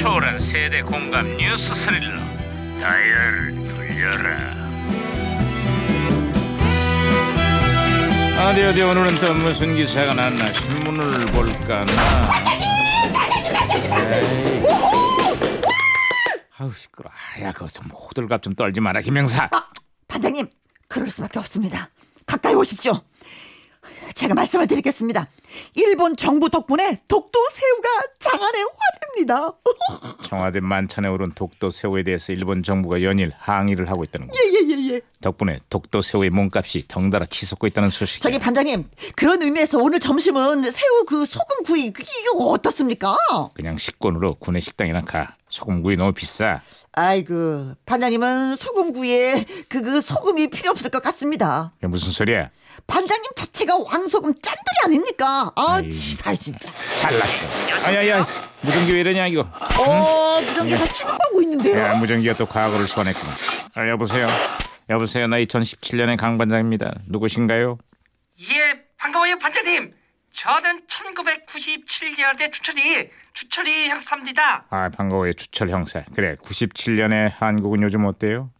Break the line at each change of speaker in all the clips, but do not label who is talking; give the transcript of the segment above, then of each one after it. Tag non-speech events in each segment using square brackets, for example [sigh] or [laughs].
초월한 세대 공감 뉴스 스릴러 다이얼 돌려라 어디 어디 오늘은 또 무슨 기사가 났나 신문을 볼까나 에이. 아우 시끄러 아야 그거 좀 호들갑 좀 떨지 마라 김영사
아, 반장님, 그럴 수밖에 없습니다. 가까이 오십시오. 제가 말씀을 드리겠습니다. 일본 정부 덕분에 독도 새우가 장안의 화제입니다. [laughs]
청와대 만찬에 오른 독도 새우에 대해서 일본 정부가 연일 항의를 하고 있다는 거
예예예 예, 예.
덕분에 독도 새우의 몸값이 덩달아 치솟고 있다는 소식
저기 반장님, 그런 의미에서 오늘 점심은 새우 그 소금 구이 그- 이거 어떻습니까?
그냥 식권으로 구내 식당이나 가. 소금구이 너무 비싸.
아이고, 반장님은 소금 구이에 그, 그 소금이 필요 없을 것 같습니다.
그게 무슨 소리야?
반장님 자체가 왕소금 짠돌이 아닙니까? 아,
아이.
치사 진짜.
잘났어. 아야야, 무전기 왜 이러냐 이거?
어, 무전기에서 신고하고 있는데요.
야, 무전기가 또 과거를 소환했구나. 아, 여보세요. 여보세요. 나 2017년의 강 반장입니다. 누구신가요?
예, 반가워요, 반장님. 저는 1997년대 주철이, 주철이 형사입니다.
아, 반가워요. 주철 형사. 그래, 97년의 한국은 요즘 어때요?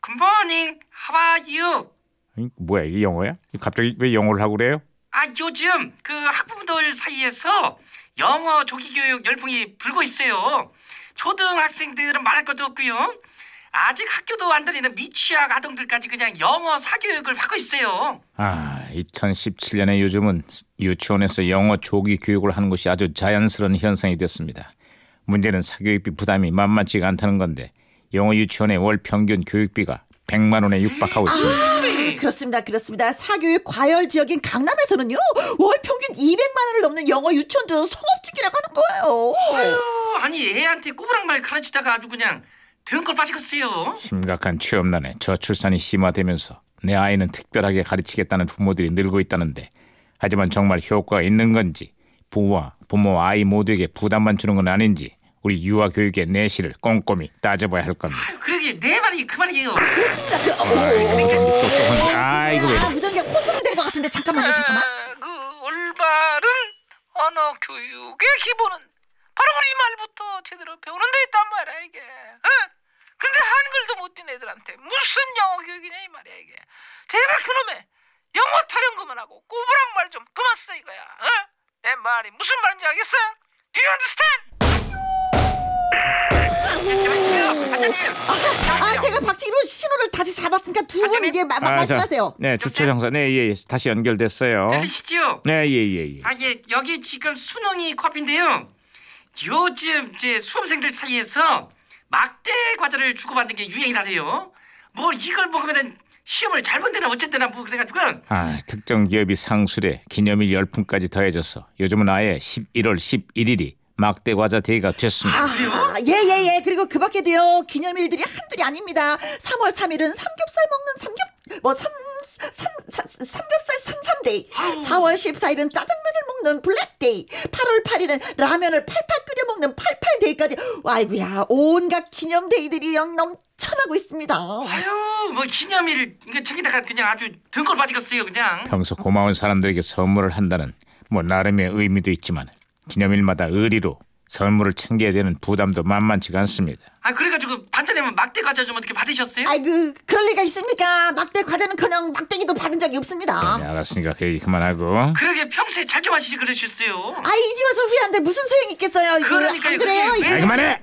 굿모닝, how are you?
아니, 뭐야, 이게 영어야? 갑자기 왜 영어를 하고 그래요?
아, 요즘 그 학부모들 사이에서 영어 조기교육 열풍이 불고 있어요. 초등학생들은 말할 것도 없고요. 아직 학교도 안 다니는 미취학 아동들까지 그냥 영어 사교육을 받고 있어요.
아, 2017년의 요즘은 유치원에서 영어 조기 교육을 하는 것이 아주 자연스러운 현상이 됐습니다. 문제는 사교육비 부담이 만만치가 않다는 건데 영어 유치원의 월 평균 교육비가 100만 원에 육박하고 있습니다.
아, [clears throat] 그렇습니다. 그렇습니다. 사교육 과열 지역인 강남에서는요. 월 평균 200만 원을 넘는 영어 유치원도 성업주기라고 하는 거예요.
어, 아유, 아니 애한테 꼬부랑말 가르치다가 아주 그냥 등골 빠지겠어요.
심각한 취업난에 저출산이 심화되면서 내 아이는 특별하게 가르치겠다는 부모들이 늘고 있다는데 하지만 정말 효과가 있는 건지 부모와 부모 아이 모두에게 부담만 주는 건 아닌지 우리 유아 교육의 내실을 꼼꼼히 따져봐야 할 겁니다.
아유, 그러게 내 말이 그 말이에요.
그렇습니다. 그, 어,
아, 이거 굉장히 똑똑한데. 아, 이거 왜 이래.
아, 무전기가 혼선이 된 것 같은데 잠깐만요. 잠깐만.
아, 그 올바른 언어 교육의 기본은 바로 우리 말부터 제대로 배우는 데 있단 말이야 이게. 응? 근데 한글도 못 뛴 애들한테 무슨 영어 교육이냐 이 말이야 이게. 제발 그놈의 영어 타령 그만하고 꼬부랑 말 좀 그만 써 이거야. 응? 내 말이 무슨 말인지 알겠어? Do you understand?
아, 제가 박치기로 신호를 다시 잡았으니까 두 분 이게 마- 마-
아, 네. 자,
말씀하세요.
네, 주철 형사. 네, 예, 예. 다시 연결됐어요.
들리시죠?
네, 예, 예, 예.
아, 예, 여기 지금 수능이 코앞인데요. 요즘 이제 수험생들 사이에서 막대 과제를 주고받는 게 유행이라네요. 뭐 이걸 먹으면은 시험을 잘 본대나 어쨌대나 뭐 그래가지고
아, 특정 기업이 상술에 기념일 열풍까지 더해져서 요즘은 아예 11월 11일이 막대 과자 데이가 됐습니다.
아, 예예예. 그리고 그 밖에도요. 기념일들이 한둘이 아닙니다. 3월 3일은 삼겹살 먹는 삼겹 뭐 삼, 삼, 사, 삼겹살 삼삼데이. 4월 14일은 짜장면을 먹는 블랙데이. 8월 8일은 라면을 팔팔 끓여 먹는 팔팔데이까지. 아이고야. 온갖 기념데이들이 영 넘쳐나고 있습니다.
아유 뭐 기념일 그러니까 저기다가 그냥 아주 등골 빠지겠어요 그냥.
평소 고마운 사람들에게 선물을 한다는 뭐 나름의 의미도 있지만 기념일마다 의리로 선물을 챙겨야 되는 부담도 만만치가 않습니다.
아 그래가지고 반찬에면 막대 과자 좀 어떻게 받으셨어요?
아이고, 그럴 리가 있습니까? 막대 과자는커녕 막대기도 바른 적이 없습니다.
네, 알았으니까 그 얘기 그만하고.
그러게 평소에 잘 좀 하시지 그러셨어요.
아이 이제 와서 후회한데 무슨 소용이 있겠어요? 이거
그러니까요,
안 그래요?
그게
아, 그만해.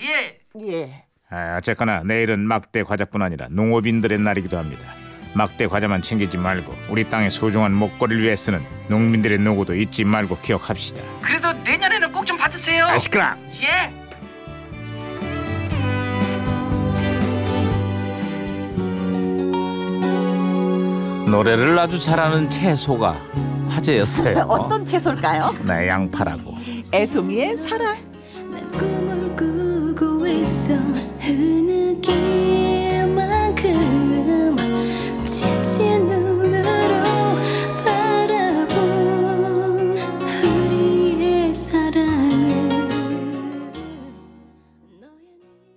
예.
예.
아, 어쨌거나 내일은 막대 과자뿐 아니라 농업인들의 날이기도 합니다. 막대 과자만 챙기지 말고 우리 땅의 소중한 목걸이를 위해 쓰는 농민들의 노고도 잊지 말고 기억합시다.
그래도 내년에는 꼭 좀 받으세요.
아 시끄러!
예.
노래를 아주 잘하는 채소가 화제였어요.
[laughs] 어떤 채소일까요?
나 양파라고.
애송이의 사랑.
난 꿈을 꾸고 있어